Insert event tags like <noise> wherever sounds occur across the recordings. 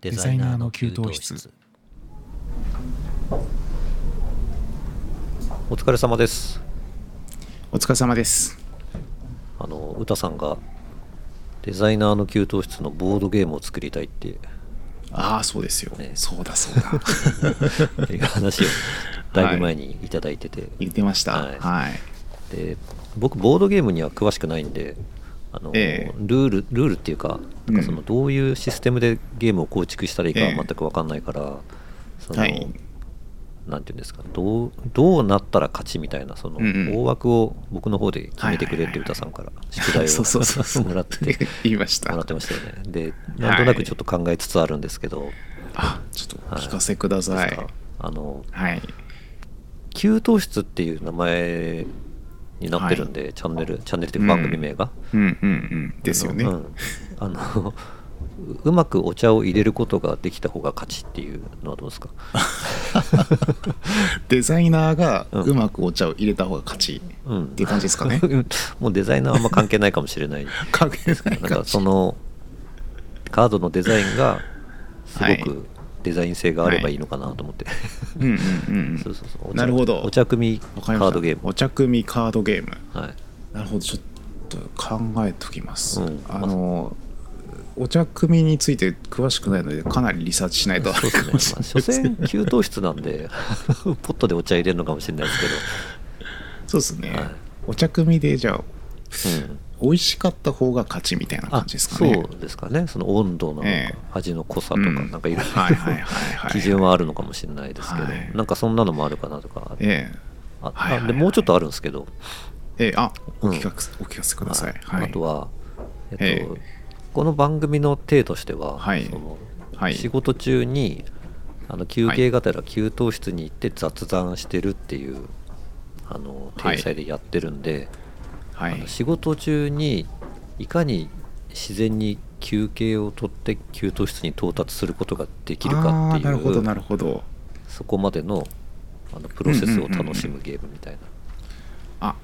デザイナーの給湯室お疲れ様ですお疲れ様ですあの歌さんがデザイナーの給湯室のボードゲームを作りたいってああそうですよ、ねそうだそう <laughs> だいう話をだいぶ前にいただいてて、言ってましたははいい、で僕ボードゲームには詳しくないんであの、ええルールルールっていうかなんかそのうんどういうシステムでゲームを構築したらいいかええ全く分かんないから、その、はいなんていうんですかどうどうなったら勝ちみたいなそのうんうん大枠を僕の方で決めてくれってはいはいはいはい歌さんから宿題 <laughs> そうそうそうそをうもらっ <laughs> て。言いましたもらってましたよねでなんとなくちょっと考えつつあるんですけど、あちょっとお聞かせくださですいかあのはい給湯室っていう名前になってるんで、チャンネルチャンネルというか番組名が、うんうんうんですよね、うん、あの <laughs> うまくお茶を入れることができた方が勝ちっていうのはどうですかデザイナーがうんうまくお茶を入れた方が勝ちうんっていう感じですかね、もうデザイナーはあんま関係ない <laughs> かもしれ <laughs> ない関係ないなんかかそのカードのデザインがすはいごくデザイン性があればいいのかなと思って、うんうんうんうんそうそうそうお茶なるほどお茶組わカかりましたードゲームお茶組カードゲームはいなるほどちょっと考えときます、うんあのお茶組について詳しくないのでかなりリサーチしないとそうですね。まかあもしれない所詮 <laughs> 給湯室なんで <laughs> ポットでお茶入れるのかもしれないです <laughs> そうですね、はいお茶組でじゃあけど、うん、美味しかった方が勝ちみたいな感じですかねそうですかね。その温度なのか、ええ味の濃さとうか、んなんかいろいはいはいはいはろい基準はあるのかもしれないですけど、はいなんかそんなのもあるかなとか。えあはいはいはいあでもうちょっとあるんですけど、えええあうんお聞かせ、お聞かせくださいはい、あとは、えっとええこの番組の体としては、はいそのはい仕事中にあの休憩がてら給湯室に行って雑談してるっていう、あのはい体裁でやってるんで、はあいの仕事中にいかに自然に休憩を取って給湯室に到達することができるかってあーないるほどなうるほどそこまでのあのプロセスを楽しむゲームみたいな、あ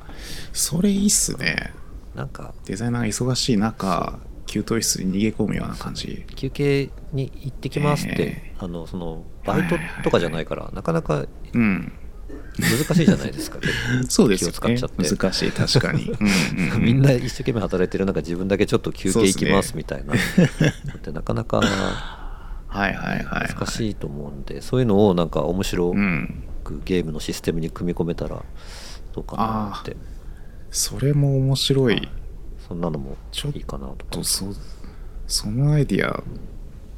それいいっすねなんかデザイナーが忙しい中給湯室に逃げ込むような感じ休憩に行ってきますって、えあのそのバイトとかじゃないから、なかなかうん難しいじゃない <laughs> ですかそうですよ気を使っねちゃって難しい確かに、うん <laughs> うんうんみんな一生懸命働いてる中自分だけちょっと休憩行きますみたいな、 <laughs> でなかなかはいはいはい、はい、難しいと思うんで、そういうのをなんか面白うんくゲームのシステムに組み込めたらどうかなってそれも面白いそんなのもちょっいいかなとかとそそのアイディア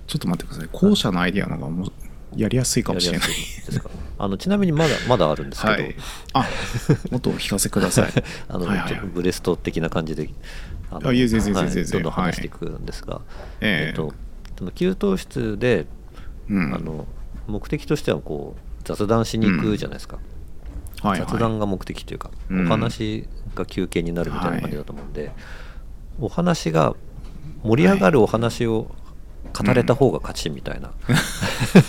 ちょっと待ってください後者のアイディアの方がもうやりやすいかもしれないやりやすいですかあのちなみにまだまだあるんですけど、はいあもっとお聞かせくだ <laughs> さい <laughs> あのはいはいちょっとブレスト的な感じでああいえ全然はい全然全然どんどん話していくんですが、ええっとその給湯室で、うんあの目的としてはこう雑談しに行くじゃないですか、はいはい雑談が目的というか、うんお話が休憩になるみたいな感じだと思うんで、お話が盛り上がるお話を語れた方が勝ちみたいな、 <laughs>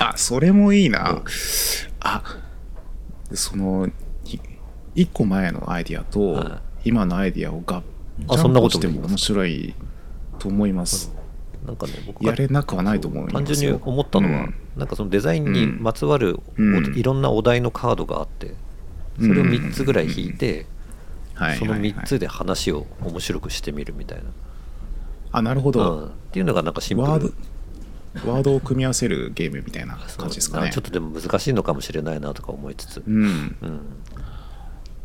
あそれもいいな、うんあそのい一個前のアイディアとは今のアイディアを合あそんなこともジャンプしても面白いと思いますなん <laughs> かね僕がやれなくはないと思いますよ単純に思ったのは、うんなんかそのデザインにまつわるお、うんいろんなお題のカードがあってそれを3つぐらい引いて、はいその3つでで話を面白くしてみるみたいな、あなるほど、うんっていうのがなんかシンプルワードワードを組み合わせるゲームみたいなそう感じですかねあちょっとでも難しいのかもしれないなとか思いつつ、うんうん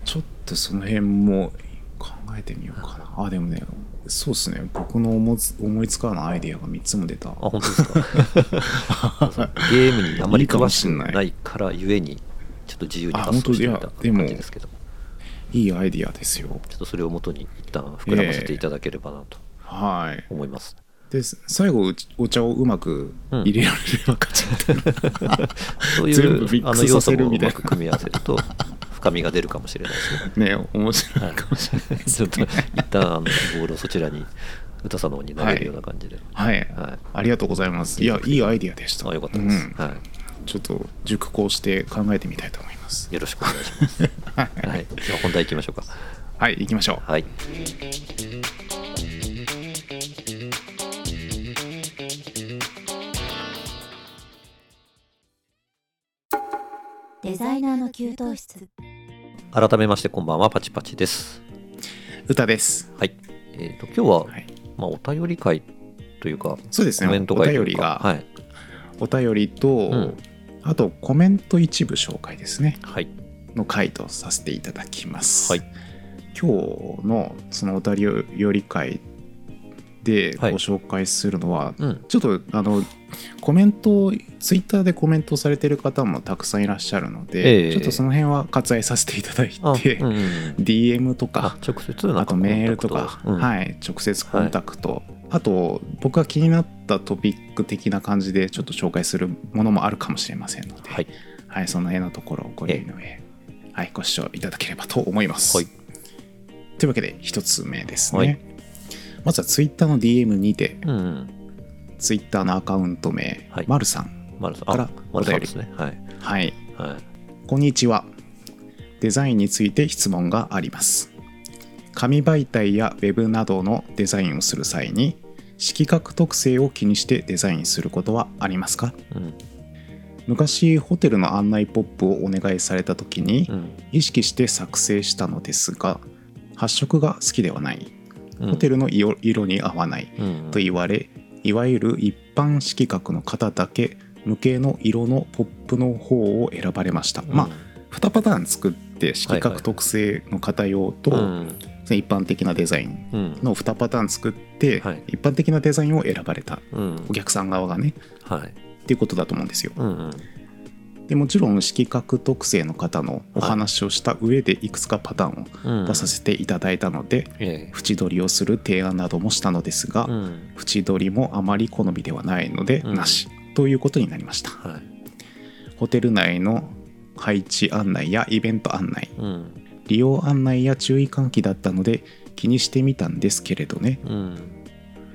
ちょっとその辺も考えてみようかなあでもねそうですね僕の思つ思いつかないアイディアが3つも出たあ本当です <laughs> かそうゲームにあまり詳しくいいかもしんないないからゆえにちょっと自由にあ発想してみ本た当いやでも感じですけどいいアイディアですよちょっとそれをもとに一旦膨らませていただければなとはい思い <laughs> ます、で最後うちお茶をうまく入れられれば勝ちみたいな、 <laughs> そうい全部ミうッあクのス要素させるもうみたいまなく組み合わせると深みが出るかもしれないですね。ね面白いかもしれないですちょっねと一旦あのボールをそちらに歌さの方に投げるような感じで。ははい、いありがとうございますいやいいアイディアでしたあよかったです、うんはちょっと熟考して考えてみたいと思いますい。よろしくお願いし <laughs> ます。はい、じゃあ本題行きましょうか。はい行きましょうはい。デザイナーの給湯室改めましてこんばんはパチパチです歌です。はいえー、と今日は、はい、まあ、お便り会というかそうですコメねン。トお会というか便りが、はい、お便りと、うんあとコメント一部紹介ですね。はい、の回とさせていただきます。はい今日のそのお便り会でごはい紹介するのは、うんちょっとあのコメントツイッターでコメントされてる方もたくさんいらっしゃるのえで、えちょっとその辺は割愛させていただいあ、て、うんうんう <laughs> ん、 DM とあか直接なんかあとメールとか、コンタクはい、直接コンタクト、あと僕が気になったトピック的な感じでちょっと紹介するものもあるかもしれませんので、トはい、はい、その辺のところをご理の上、はい、ご視聴いただければと思います。はいというわけで、一つ目ですね。はいまずは Twitter の DM にて、うんうん、 Twitter のアカウント名、はいまるさん。マルさんからあマルさお便んりですねはいはい、はいこんにちは。デザインについて質問があります。紙媒体やウェブなどのデザインをする際に、色覚特性を気にしてデザインすることはありますかうん昔ホテルの案内ポップをお願いされた時に、うん意識して作成したのですが発色が好きではないうんホテルの色色に合わないうんと言われいわゆる一般色覚の方だけ無形の色のポップの方を選ばれました、うんまあ2パターン作って色覚特性の方用と、うん一般的なデザインうんの2パターン作って、はい一般的なデザインを選ばれたうんお客さん側がねはいっていうことだと思うんですようんうんでもちろん色覚特性の方のお話をした上でいくつかパターンをうん出させていただいたので、ええ縁取りをする提案などもしたのですが、うん縁取りもあまり好みではないので、うんなしということになりましたはいホテル内の配置案内やイベント案内うん利用案内や注意喚起だったので気にしてみたんですけれどねうん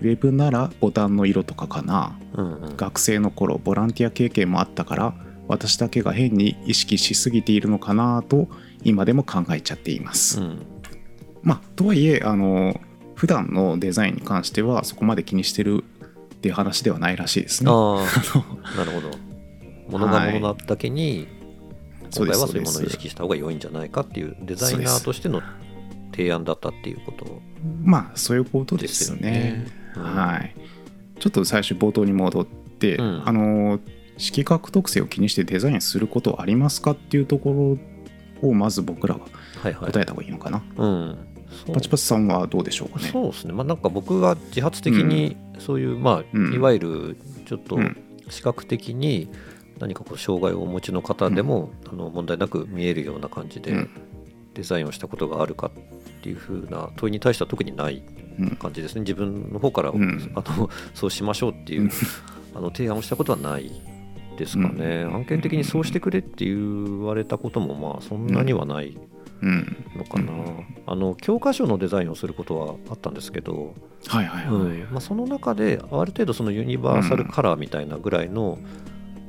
ウェブならボタンの色とかかなうんうん学生の頃ボランティア経験もあったから私だけが変に意識しすぎているのかなと今でも考えちゃっています、うんまあ、とはいえあの普段のデザインに関してはそこまで気にしてるっていう話ではないらしいですね。ああなるほど物が物なだけにそう今で回すはそそうういうものをです意識した方が良いんじゃないかっていうデザイナーとしての提案だったっていうことまあそういうことでですすよねね。。はい、ちょっと最初冒頭に戻って、うん。あの色覚特性を気にしてデザインすることありますかっていうところをまず僕らはいはいはい。答えた方がいいのかな。うん。そうパチパチさんはどうでしょうかね。そうですね。まあなんか僕が自発的にそういう、まあうんいわゆるちょっとうん視覚的に何かこう障害をお持ちの方でも、あの問題なく見えるような感じうでんデザインをしたことがあるかっていうふうな問いに対しては特にないうん感じですね。自分の方から、うんあの <laughs> そうしましょうっていうあの提案をしたことはないですかね、うん案件的にそうしてくれって言われたこともまあそんなにはないうん、のかな、うあの教科書のデザインをすることはあったんですけど、はいはいはい。うんまあ、その中である程度そのユニバーサルカラーみたいなぐらいの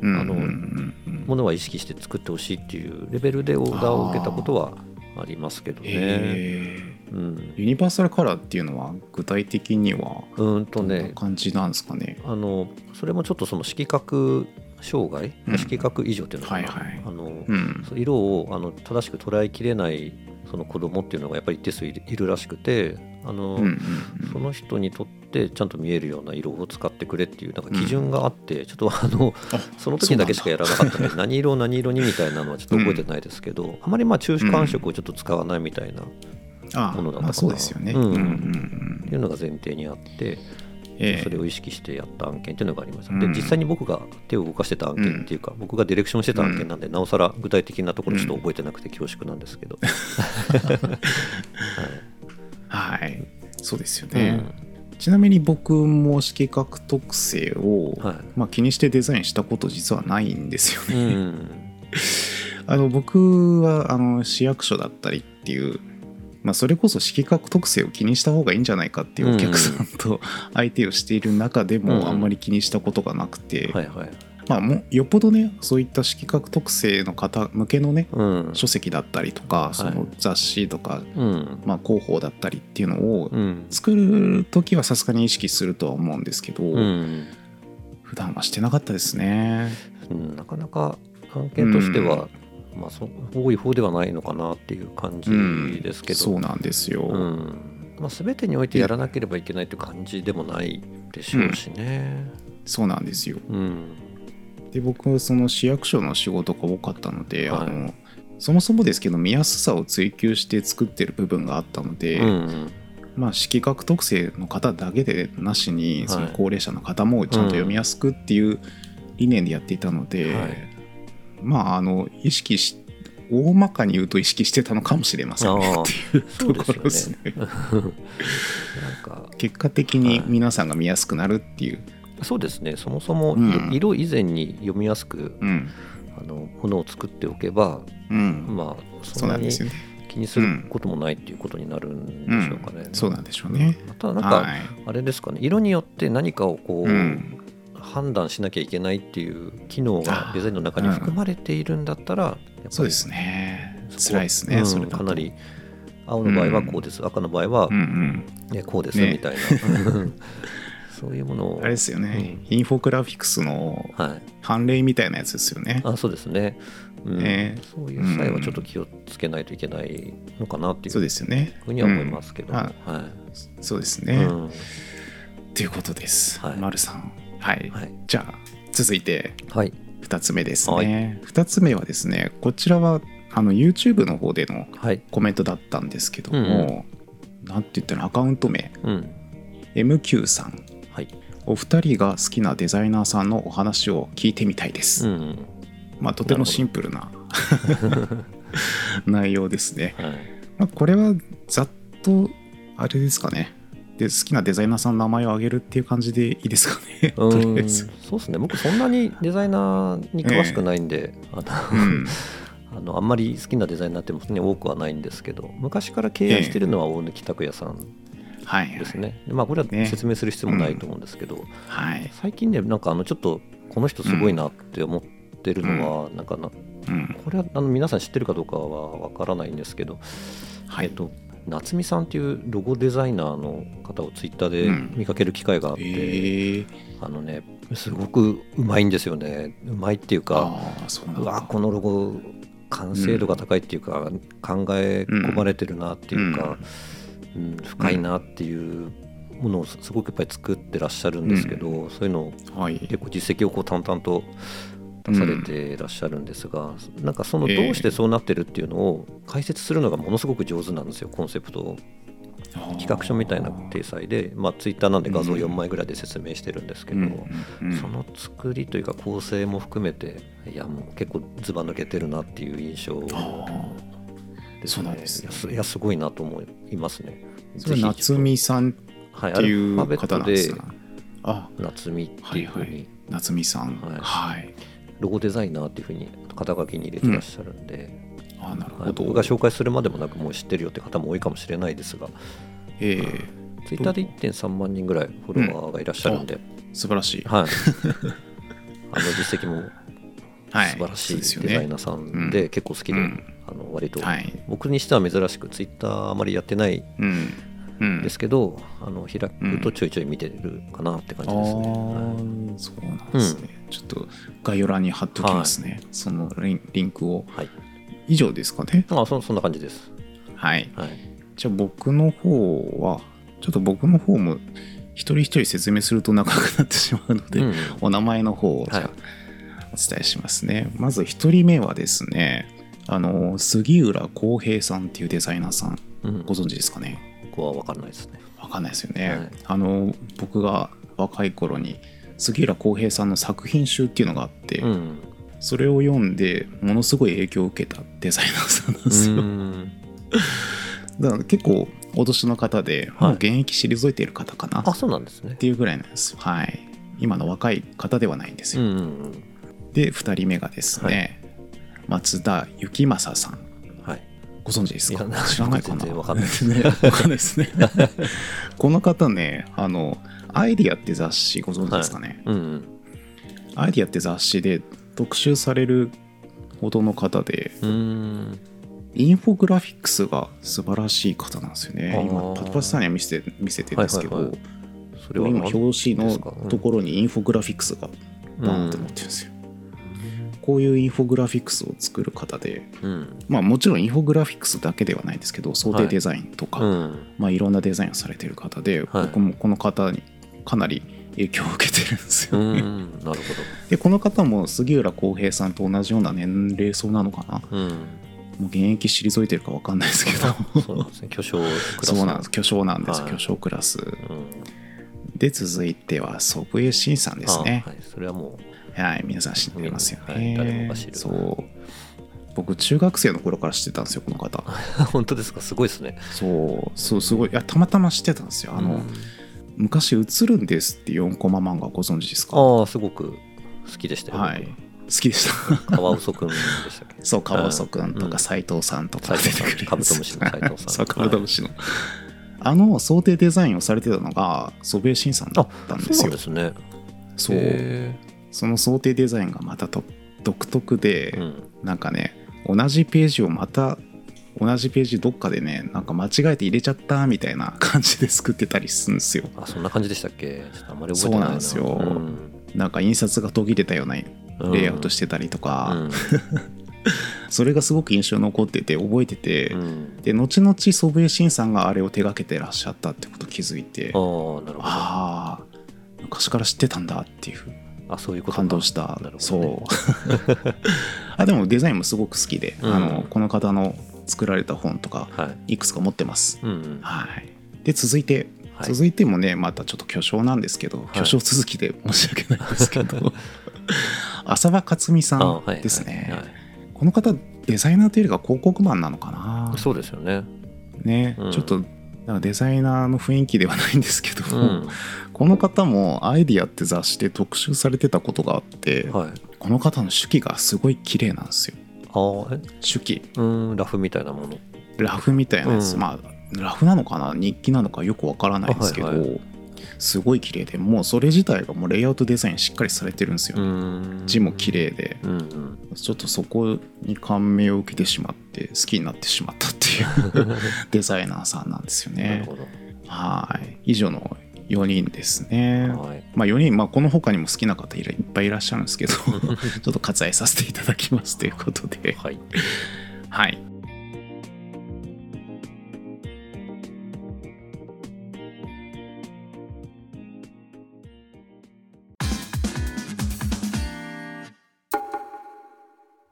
うんあのうんうんものは意識して作ってほしいっていうレベルでオーダーを受けたことはありますけどね。えうーんユニバーサルカラーっていうのは具体的にはうーんとどんなね感じなんですかね。あのそれもちょっとその色覚障害、うん色覚異常っていうのかな、はいはいあのうん。そう色をあの正しく捉えきれないその子供っていうのがやっぱり一定数いるいるらしくてあの、うんうんその人にとってちゃんと見えるような色を使ってくれっていうなんか基準があって、ちょっとあのあその時だけしかやらなかったので何色を何色にみたいなのはちょっと覚えてないですけど、あまりまあ中止感触をちょっと使わないみたいなっあものだったかなまあそうですよね。うんうんうんうていんうのが前提にあって、ええそれを意識してやった案件っていうのがありました、うでん実際に僕が手を動かしてた案件っていうか、僕がディレクションしてた案件なんで、なおさら具体的なところちょっと覚えてなくて恐縮なんですけ <laughs> ど。はい。そうですよね。ちなみに僕も色覚特性を、はいまあ、気にしてデザインしたこと実はないんですようね。ん、 <laughs> あの僕はあの市役所だったりっていう、まあ、それこそ色覚特性を気にした方がいいんじゃないかっていうお客さんと <laughs> 相手をしている中でうんもあんまり気にしたことがなくて、はいはい。まあ、もうよっぽどねそういった色覚特性の方向けのねうん。書籍だったりとか、いその雑誌とか、うん。まあ、広報だったりっていうのをうん。作る時はさすがに意識するとは思うんですけど、うん。普段はしてなかったですね。うんなかなか案件としては、まあ、そ多い方ではないのかなっていう感じですけど、そうなんですよ、うんまあ、全てにおいてやらなければいけないって感じでもないでしょうしね。そうなんですようんで僕その市役所の仕事が多かったので、はいあのそもそもですけど見やすさを追求して作ってる部分があったので、うんまあ、色覚特性の方だけでなしに、はいその高齢者の方もちゃんと読みやすくっていう理念でやっていたので、はいまああの意識し大まかに言うと意識してたのかもしれませんねああっていうそうところでですすよねね。なんか結果的に皆さんが見やすくなるっていう、そうですねそもそもうん色以前に読みやすく、うんあのものを作っておけば、うんまあ、そそうんななんにですよね。気にすることもないっていうことになるんでしょうかね。そうなんでしょうね。またなんか、はい、あれですかね色によって何かをこう、うん判断しなきゃいけないっていう機能あがーデザインの中に含まれているんだったら、やっぱりそうですね。そこ辛いですね、うんそれだとかなり青の場合はこうです、赤の場合はうん、うんねこうです、ねみ <laughs> たいなそういうものをあれですよね、インフォグラフィクスのはい、判例みたいなやつですよね。あそうですね,、うん、ねそういう際はちょっと気をつけないといけないのかなっていそううですよね。ふうには思いますけど、うんはあいそうですうね。んということです。はい丸さん。はい。はいじゃあ、続いてはい2つ目ですはいね。2つ目はですね、こちらはあの YouTube の方でのはいコメントだったんですけども、なんて言ったらアカウント名、うん、 MQ さん。はいお二人が好きなデザイナーさんのお話を聞いてみたいです。うんまあ、とてもシンプ <laughs> ルな内容ですね。はいまあ、これはざっとあれですかねで好きなデザイナーさんの名前を挙げるっていう感じでいいですかね <laughs> とりあうえんず、そうですね僕そんなにデザイナーに詳しくないんで、あうの <laughs> ん、あのあんまり好きなデザイナーってもそんなに多くはないんですけど昔から敬愛してるのは大貫拓也さんはいはいですね、でまあ、これはね説明する必要もないと思うんですけど、はい、最近ねなんかあのちょっとこの人すごいなって思ってるのは、なんかなこうんれはあの皆さん知ってるかどうかはわからないんですけど、はえっい、と夏美さんっていうロゴデザイナーの方をツイッターでうん見かける機会があっえて、ー、あのねすごくうまいんですよねうまいっていうかああそうなんうわだこのロゴ完成度が高いっていうか、考え込まれてるなっていうか、うん深いなっていうものをすすごくいっぱい作ってらっしゃるんですけど、そういうのをはい結構実績をこう淡々と出されてらっしゃるんですが、なんかそのどうしてそうなってるっていうのを解説するのがものすごく上手なんですよコンセプトを企画書みたいな体裁で、まあ、ツイッターなんで画像4枚ぐらいで説明してるんですけけど。うんうんその作りというか構成も含めていやもう結構ずば抜けてるなっていう印象ですねあそうなんですねいやいやすごいなと思いますねそれは夏美美さんっはいていうアルファベッ方なんトですでかあ夏美っていうふうに、はいは夏美さんはいはい、ロゴデザイナーっていうふうに肩書きに入れてらっしゃるんで、あなるはいほど、僕が紹介するまでもなくもう知ってるよって方も多いかもしれないですがえー、ツイッターで1.3万人ぐらいフォロワーがいらっしゃるんで、素晴らしい、 <laughs> はいあの実績もはい、素晴らしそういですよデザイねナーさんでうん結構好きで、うんあの割と、はい僕にしては珍しくツイッターあまりやってないうんうんですけど、あの開くとちょいちょい見てるかなって感じですね。はいああ、そうなんですね、ちょっと概要欄に貼っときますね。そのリンリンクを。はい、以上ですかね。あそそんな感じです。はい。はい、じゃあ僕の方は、ちょっと僕の方も一人一人説明すると長くなってしまうので、うんお名前の方をじゃあはいお伝えしますね。まず一人目はですね、あの杉浦浩平さんっていうデザイナーさん、うん、ごこ存知ですかね。こは分かんないですね。わかんないですよね、はいあの僕が若い頃に杉浦浩平さんの作品集っていうのがあって、うん、それを読んでものすごい影響を受けたデザイナーさんなんですよ、うんだから結構お年の方で、はいもう現役退いている方かなあっそうなんですね。ていうぐらいなんですよはい今の若い方ではないんですうよ、ん、で2人目がですね、松田幸正さんはい、ご存知ですかいや知らないかな全然わかんないです <laughs> ね。わかんないですね。この方ね、あの、アイディアって雑誌ご存知ですかね。うんうんアイディアって雑誌で特集されるほどの方で、うん、インフォグラフィックスが素晴らしい方なんですよね。あ今、ーパチパチさんには見せて見せてるんですけど、はいはいはそれは今、何表紙のところにインフォグラフィックスがバーンってう載っんてるんですよ。こういうインフォグラフィックスを作る方で、うんまあ、もちろんインフォグラフィックスだけではないんですけど想定デザインとか、ういんまあ、いろんなデザインをされてる方はで、い僕もこの方にかなり影響を受けてるんですうよね。んなる <laughs> でこの方も杉浦浩平さんと同じような年齢層なのかなほど <laughs> うんもう現役退いてるか分かんないですけどそうなんですね巨匠クラス <laughs> そうなんです巨匠なんです、はい巨匠クラスうんで続いては祖父江慎さんですねあはいそれはもはい、皆さん知ってますよね、はい誰もが知るそう僕中学生の頃から知ってたんですよこの方う本当ですかすごいですねそうそうすごいいやたまたま知ってたんですよあの、うん昔「映るんです」って4コマ漫画ご存知ですかああすごく好きでしたよはい好き <laughs> でした僕カワウソくんでしたっけそう川尾くんとうんか斎藤さんとか出斉て藤さんくるカブトムシの斉藤さんそうカブトムシの、あの想定デザインをされてたのが祖父江慎さんだあったんでそすうなよんですねそうへその想定デザインがまたと独特で、えうんなんかね同じページをまた同じページどっかでねなんか間違えて入れちゃったみたいな感じで作ってたりするんですよあそんな感じでしたっけちょっとあんまり覚えてないなそうなんですよんなんか印刷が途切れたようなレイアウトしてたりとか、うんそれがすごく印象に残ってて覚えてて、うん <laughs> で後々祖父江慎さんがあれを手掛けてらっしゃったってこと気づいてああなあるほどあー昔から知ってたんだっていうあそういうことか感動した、なるほどね <laughs> そうあでもデザインもすごく好きで、うんあのこの方の作られた本とかはいいくつか持ってますうんうんはいで続いて、はい続いてもねまたちょっと巨匠なんですけど、巨匠続きで申し訳ないんです <laughs> けど浅羽克美さあはんいですね、はいはこの方デザイナーというよりか広告マンなのかないそうですよねね、うんちょっとなんかデザイナーの雰囲気ではないんですけど、うんこの方も「アイディア」って雑誌で特集されてたことがあって、はいこの方の手記がすごい綺麗なんですよああえ手記うんラフみたいなものラフみたいなやつ、うんまあラフなのかな日記なのかよくわからないですけど、はいはすごい綺麗でもうそれ自体がもうレイアウトデザインしっかりされてるんですよ、うん字も綺麗でうんうんちょっとそこに感銘を受けてしまって好きになってしまったって <laughs> いうデザイナーさんなんですよなるねほどはい以上の4人ですねはいまあ4人、まあ、この他にも好きな方いらいっぱいいらっしゃるんです <laughs> けどちょっと割愛させていただきますということではいはい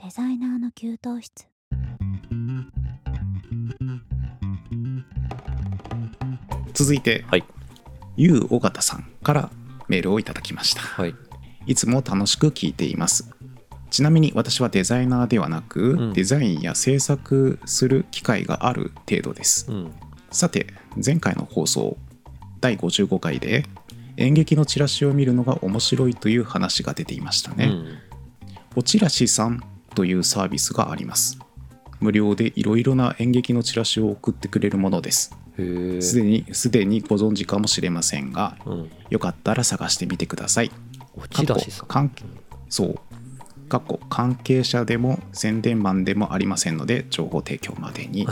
デザイナーの給湯室続いて、はいゆう尾形さんからメールをいただきました、はいい、つも楽しく聞いていますちなみに私はデザイナーではなく、うんデザインや制作する機会がある程度です、うんさて前回の放送第55回で演劇のチラシを見るのが面白いという話が出ていましたね、うんおチラシさんというサービスがあります無料でいろいろな演劇のチラシを送ってくれるものですへえすでにすでにご存知かもしれませんがうんよかったら探してみてください。おちらしさんかっこ関そう。かっこ関係者でも宣伝マンでもありませんので情報提供ま <laughs> でに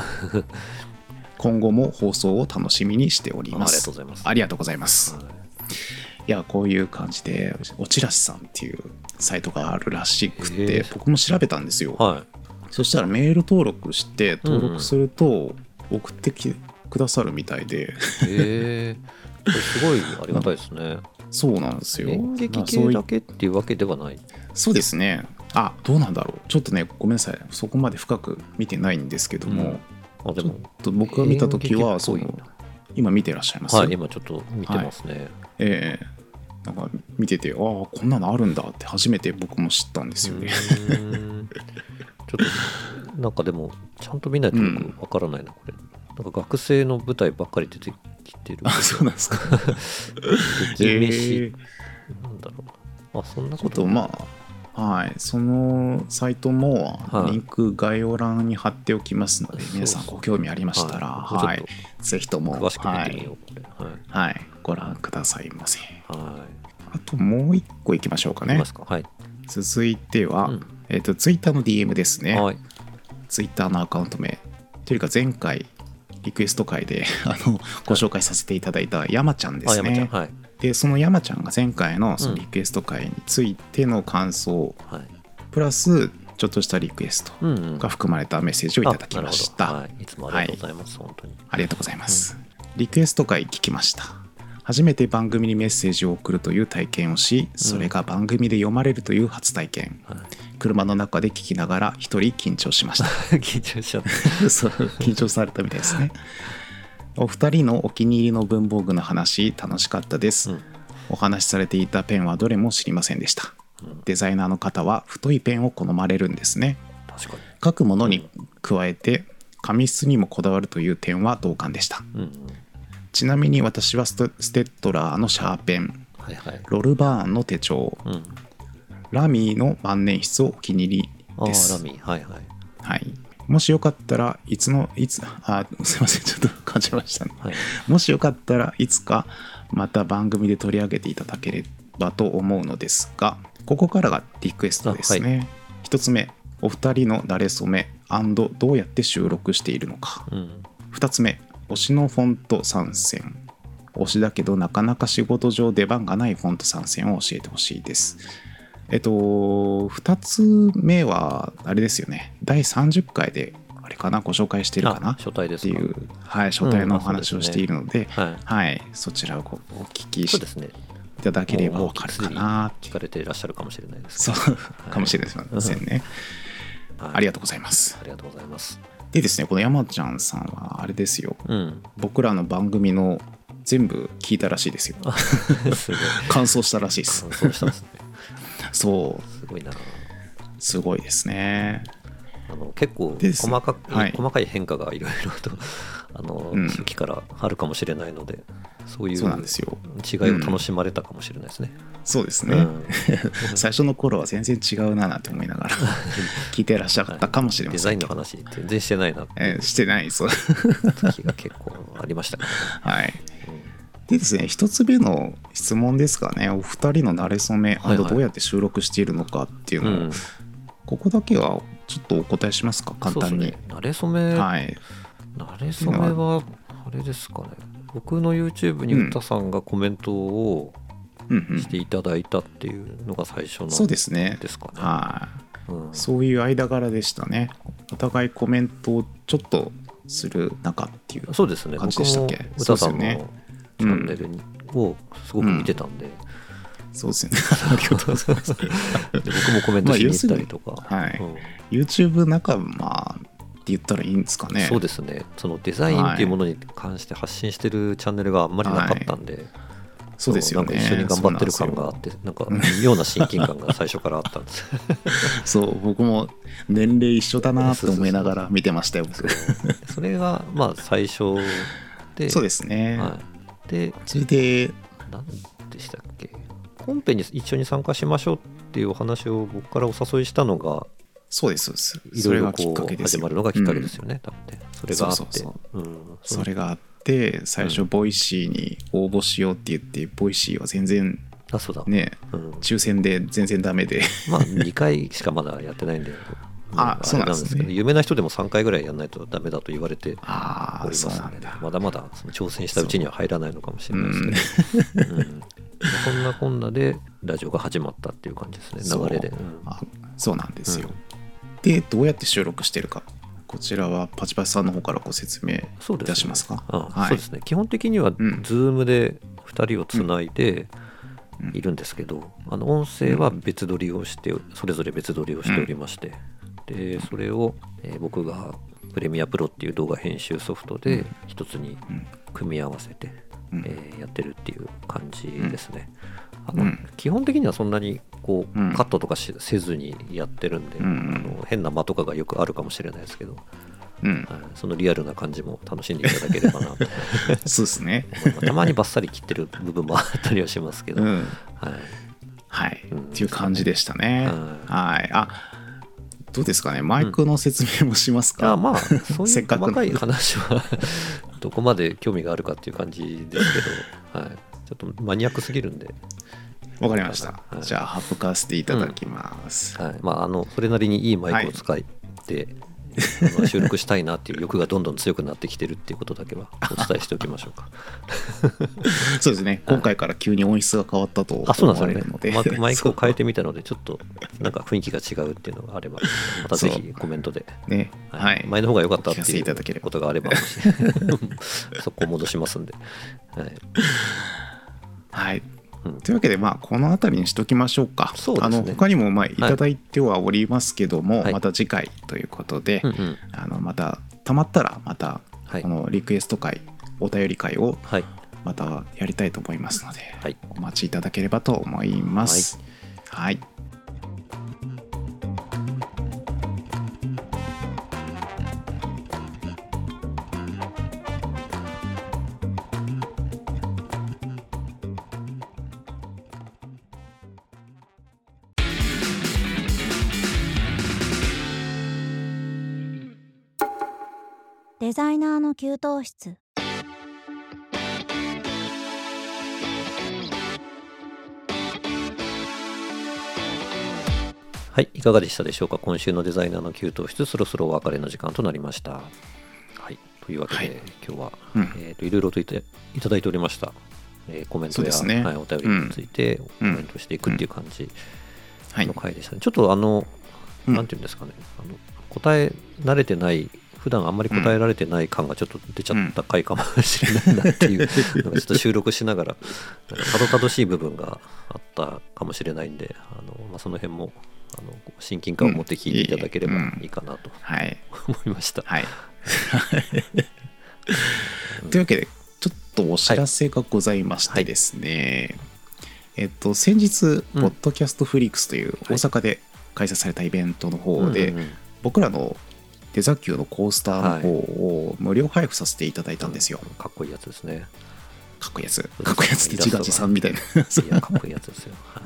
今後も放送を楽しみにしておりまあすりがとうございますありがとうございますいやこういう感じでおちらしさんっていうサイトがあるらしくへてえ僕も調べたんですよはそしたらメール登録して登録すると送ってきてくださるみたいで、いへえこれすごいありがたいですねそうなんですよ演劇まあそう系いだけっていうわけではないそうですね。あどうなんだろう。ちょっとね、ごめんなさい。そこまで深く見てないんですけども、あでちょっもと僕が見たときは、演そ劇っぽいの今見てらっしゃいます、はい今ちょっと見てますねええなんか見てて、ああ、こんなのあるんだって初めて僕も知ったんですようね。ーんちょっとなんかでもちゃんと見ないとよくわからないなこれなんか学生の舞台ばっかり出てきてる <laughs> あそうなんですか。 <laughs> 劇え飯えなんだろうあそんなちょこっととまあ、はい、そのサイトもはいリンク概要欄に貼っておきますので、そう皆さんご興味ありましたら、はいはいもうちょぜひとも、詳しく見てみはいようこれはいはい、ご覧くださいませ。はあともう一個いきましょうかいいねま。すかはい続いては、うんえっ、と、ツイッターの DM ですね。はいツイッターのアカウント名。というか、前回、リクエスト会で、 <laughs> あの、ご紹介させていただいた山ちゃんであす山ちゃんね。はいで、その山ちゃんが前回のそうのんリクエスト会についての感想はいプラスちょっとしたリクエストうんうんが含まれたメッセージをいただきましあたなるほどはい、いつもありがとうございます、本当に。ありがとうございます。リクエスト会聞きました。初めて番組にメッセージを送るという体験をし、それが番組で読まれるという初体験。車の中で聞きながら一人緊張しました。 <laughs> 緊張しちゃった。 <laughs> そう緊張されたみたいですね。お二人のお気に入りの文房具の話楽しかったです、うんお話しされていたペンはどれも知りませんでした、デザイナーの方は太いペンを好まれるんですね確か書くものに加えて紙質にもこだわるという点は同感でしたに。うんうん。ちなみに私はステステッドラーのシャーペンはいはい。ロルバーンの手帳うん。ラミーの万年筆をお気に入ああ、りでラす、ミー。はいはい。はい、もしよかったらいつのいつあすいませんちょっと感じましたね、はいもしよかったらいつかまた番組で取り上げていただければと思うのですがここからがリクエストですね、1つ目お二人の慣れ初めどうやって収録しているのかうん。 2つ目推しのフォント参戦推しだけどなかなか仕事上出番がないフォント参戦を教えてほしいですえっと2つ目はあれですよね第30回であれかなご紹介してるかあな初体でってすいかう、はい、書体のお話うをんまあそうですねしているので、はいはい、そちらをこうお聞きそうしでてすね。いただければわかるかな聞かれていらっしゃるかもしれないですそうけかもしれませんね、ど。はいありがとうございますありがとうございます。でですねこの山ちゃんさんはあれですようん。僕らの番組の全部聞いたらしいですよ <laughs> すごい。感想したらしいです感想したんですね。そうすごいな。すごいですねあの結構です細かく、はい細かい変化がいろいろと <laughs> あの、うん初期からあるかもしれないのでそういうそうなんですよ違いを楽しまれたかもしれないですね。そうですうね、ん <laughs> 最初の頃は全然違うななんて思い <laughs> ながら聞いてらっしゃったかもしれまデせザインんの話全然してないなってえーしてないそう時が結構ありましたから、はいでですね一つ目の質問ですかねお二人の慣れ初め、はいはいどうやって収録しているのかっていううのを、ん、ここだけはちょっとお答えしますか簡単そうに、ですね慣れ初め、はい慣れ初めはあれですかね僕の YouTube に歌さんがコメントをうんしていただいたっていうのが最初うのん、そうですねですかね。はいうんそういう間柄でしたね。お互いコメントをちょっとする中っていう。そうですね、感僕じでしたっもけ歌さんのそうですよチねャンネルにをすごく見てたんで、そうですね。 <laughs> で僕もコメントしに行ったりとか、まあ要するうん YouTube 仲間って言ったらいいんですかね。そうですね、そのデザインっていうものに関して発信してるチャンネルがあんまりなかったんで、そうですよね。なんか一緒に頑張ってる感があって、なんか妙な親近感が最初からあったんです。 <laughs> そうなんですよそう、僕も年齢一緒だなと思いながら見てましたよ、僕。それがまあ最初で、そうですね。はい、で、それで、何でしたっけ、本編に一緒に参加しましょうっていうお話を僕からお誘いしたのが、そうです、そうです。いそろいれろがきっこかけうです始よ。まるのがきっかけですうんよね、多分ね。それがあって。そうそううんそれがあって、最初、ボイシーに応募しようって言って、ボイシーは全然あ、そうだ。ね、うん抽選で全然ダ <laughs> メで。まあ、2回しかまだやってないんで。 <laughs> あそうなんですねあれけど有名な人でも3回ぐらいやらないとダメだと言われておりあま <laughs> あ、そうすなのんで、だ。まだまだその挑戦したうちには入らないのかもしれないですけど、うんそんなこんなでラジオが始まったっていう感じですそうね、流れで。うんあ <laughs> そうなんですよ、うんでどうやって収録してるかこちらはパチパチさんの方からご説明そういですねたしますかあはそいうですね基本的にはん Zoom で2人をつないでうんいるんですけど、あの音声は別撮りをしてそれぞれ別撮りをしておりまして、でそれを、えー僕がプレミアプロっていう動画編集ソフトで一つにうん組み合わせて、うんえーやってるっていう感じですね、んあのうん基本的にはそんなにこう、うんカットとかしせずにやってるんで、うんうんあの変な間とかがよくあるかもしれないですけど、うん <laughs> はいそのリアルな感じも楽しんでいただければな <laughs> とそうですねたまにバッサリ切ってる部分もあったりはしますけど、うはい、んはい、うんっていう感じでしたね、うんはいあどうですかねマイクの説明もしますあか、まあそういせうっかく細かい話は <laughs> どこまで興味があるかっていう感じですけど、はい、ちょっとマニアックすぎるんで、わかりました、はいじゃあ省かせていただきます、はいまあ、あのそれなりにいいマイクを使って、あの収録したいなっていう欲がどんどん強くなってきてるっていうことだけ <laughs> はお伝えしておきましょうか。そうですね、今回から急に音質が変わったと思あ、そうなんわれでるすのよで、ね。マイクマイ <laughs> クを変えてみたので、ちょっとなんか雰囲気が違うっていうのがあれば、またぜひコメントで。ね、はい、前の方が良かったってお聞かせいいただけれうばことがあれば、もし <laughs> そこを戻しますんで。はい、はいうんというわけで、まあ、この辺りにしときましょうか。そうですねあの他にも、まあ、いただいてはおりますけども、はいまた次回ということで、うんうんあのまた、たまったら、また、はいこのリクエスト会、お便り会をはい。またやりたいと思いますので、はいお待ちいただければと思います。はいデザイナーの給湯室はい、いかがでしたでしょうか今週のデザイナーの給湯室そろそろお別れの時間となりました。はい、というわけで、はい今日は、うんえー、といろいろといたいただいておりました、えーコメントそうでや、すねはい、お便りについてコうんメントしていくっていう感じはいの回でしたね、ちょっとあの、うんなんていうんですかねあの答え慣れてない普段あんまり答えられてない感がちょっと出ちゃった回かもしれないなっていうのがちょっと収録しながらなんかたどたどしい部分があったかもしれないんであの、まあ、その辺もあの親近感を持って聞いていただければうんいいかなとはい思いました。はい。というわけで、ちょっとお知らせがございましはていですね、えっと、先日、うんポッドキャストフリークスという大阪で開催されたイベントの方で、うんうんうん僕らのデザ級のコースターの方を無料配布させていただいたんですよ。かっこいいやつですね。かっこいいやつ。かっこいいやつって自画自賛みたいな。 <laughs> いや、かっこいいやつですよ。は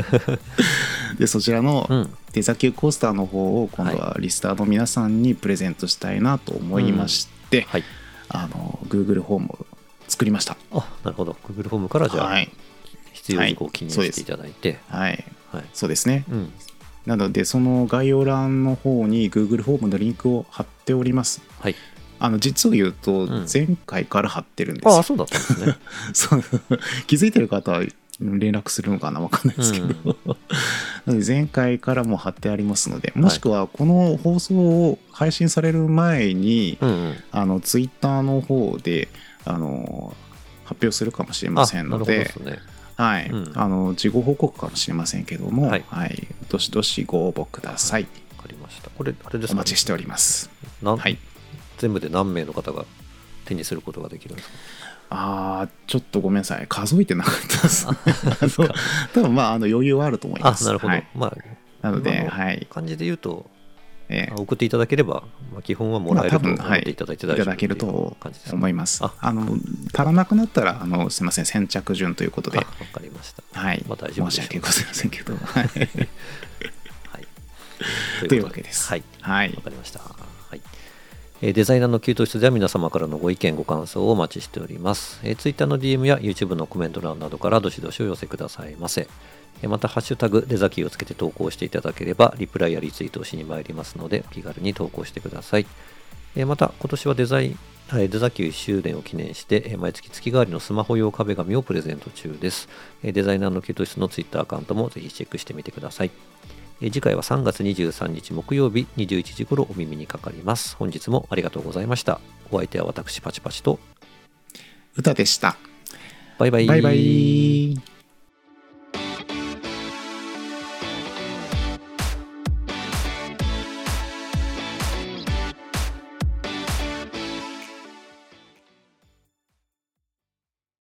いで、そちらのうんデザ級コースターの方を今度はリスターの皆さんにプレゼントしたいなと思いまして、はい。あの Google ホームを作りました。あ、なるほど。Google フォームからじゃあ、はい、必要事項を記入していただいて、はい、はい。そうですね。うん。なので、その概要欄の方に Google フォームのリンクを貼っております。はい。あの実を言うとん、前回から貼ってるんです <laughs> ああ、よ。そうだったんですね。そう気づいてる方は連絡するのかなわかんないですけど、 <laughs> なので前回からも貼ってありますので、もしくはこの放送を配信される前に、 <laughs> うんうん。あのツイッターの方であの発表するかもしれあ、ませんなのるほどでで、すね。はい、うんあの事後報告かもしれませんけども、ははいい、どしどしご応募ください。わかりました。これ、あれですおか、待ちしております。なんはい。全部で何名の方が手にすることができるんですかああ、ちょっとごめんなさい。数えてなかったです。あの、多分まあ、あの余裕はあると思いまあ、す。なるほど。はいまあ、なの今で、のはい。感じで言うと、えー送っていただければ、まあ、基本はもらえると思まあ多分はいっていただいてい大丈た夫だけると感じですね思います。ああの、足らなくなったら、あの、すいません、先着順ということあで、わかりました。はい。まあ大丈夫で申ししょう訳ございませんけど、はい。はい。というわけです。はい。はいわ。かりました。はい。えーデザイナーの給湯室では皆様からのご意見、ご感想をお待ちしております。えー、Twitter の DM や YouTube のコメント欄などからどしどしお寄せくださいませ。えーまた、ハッシュタグ、デザキーをつけて投稿していただければ、リプライやリツイートをしに参りますので、お気軽に投稿してください。えーまた、今年はデザイン、えーデザキュー1周年を記念して、えー毎月月替わりのスマホ用壁紙をプレゼント中です。えーデザイナーの給湯室の Twitter アカウントもぜひチェックしてみてください。えー次回は3月23日木曜日21時頃お耳にかかります。本日もありがとうございました。お相手は私パチパチと歌でした。バイバイ。バイバイ。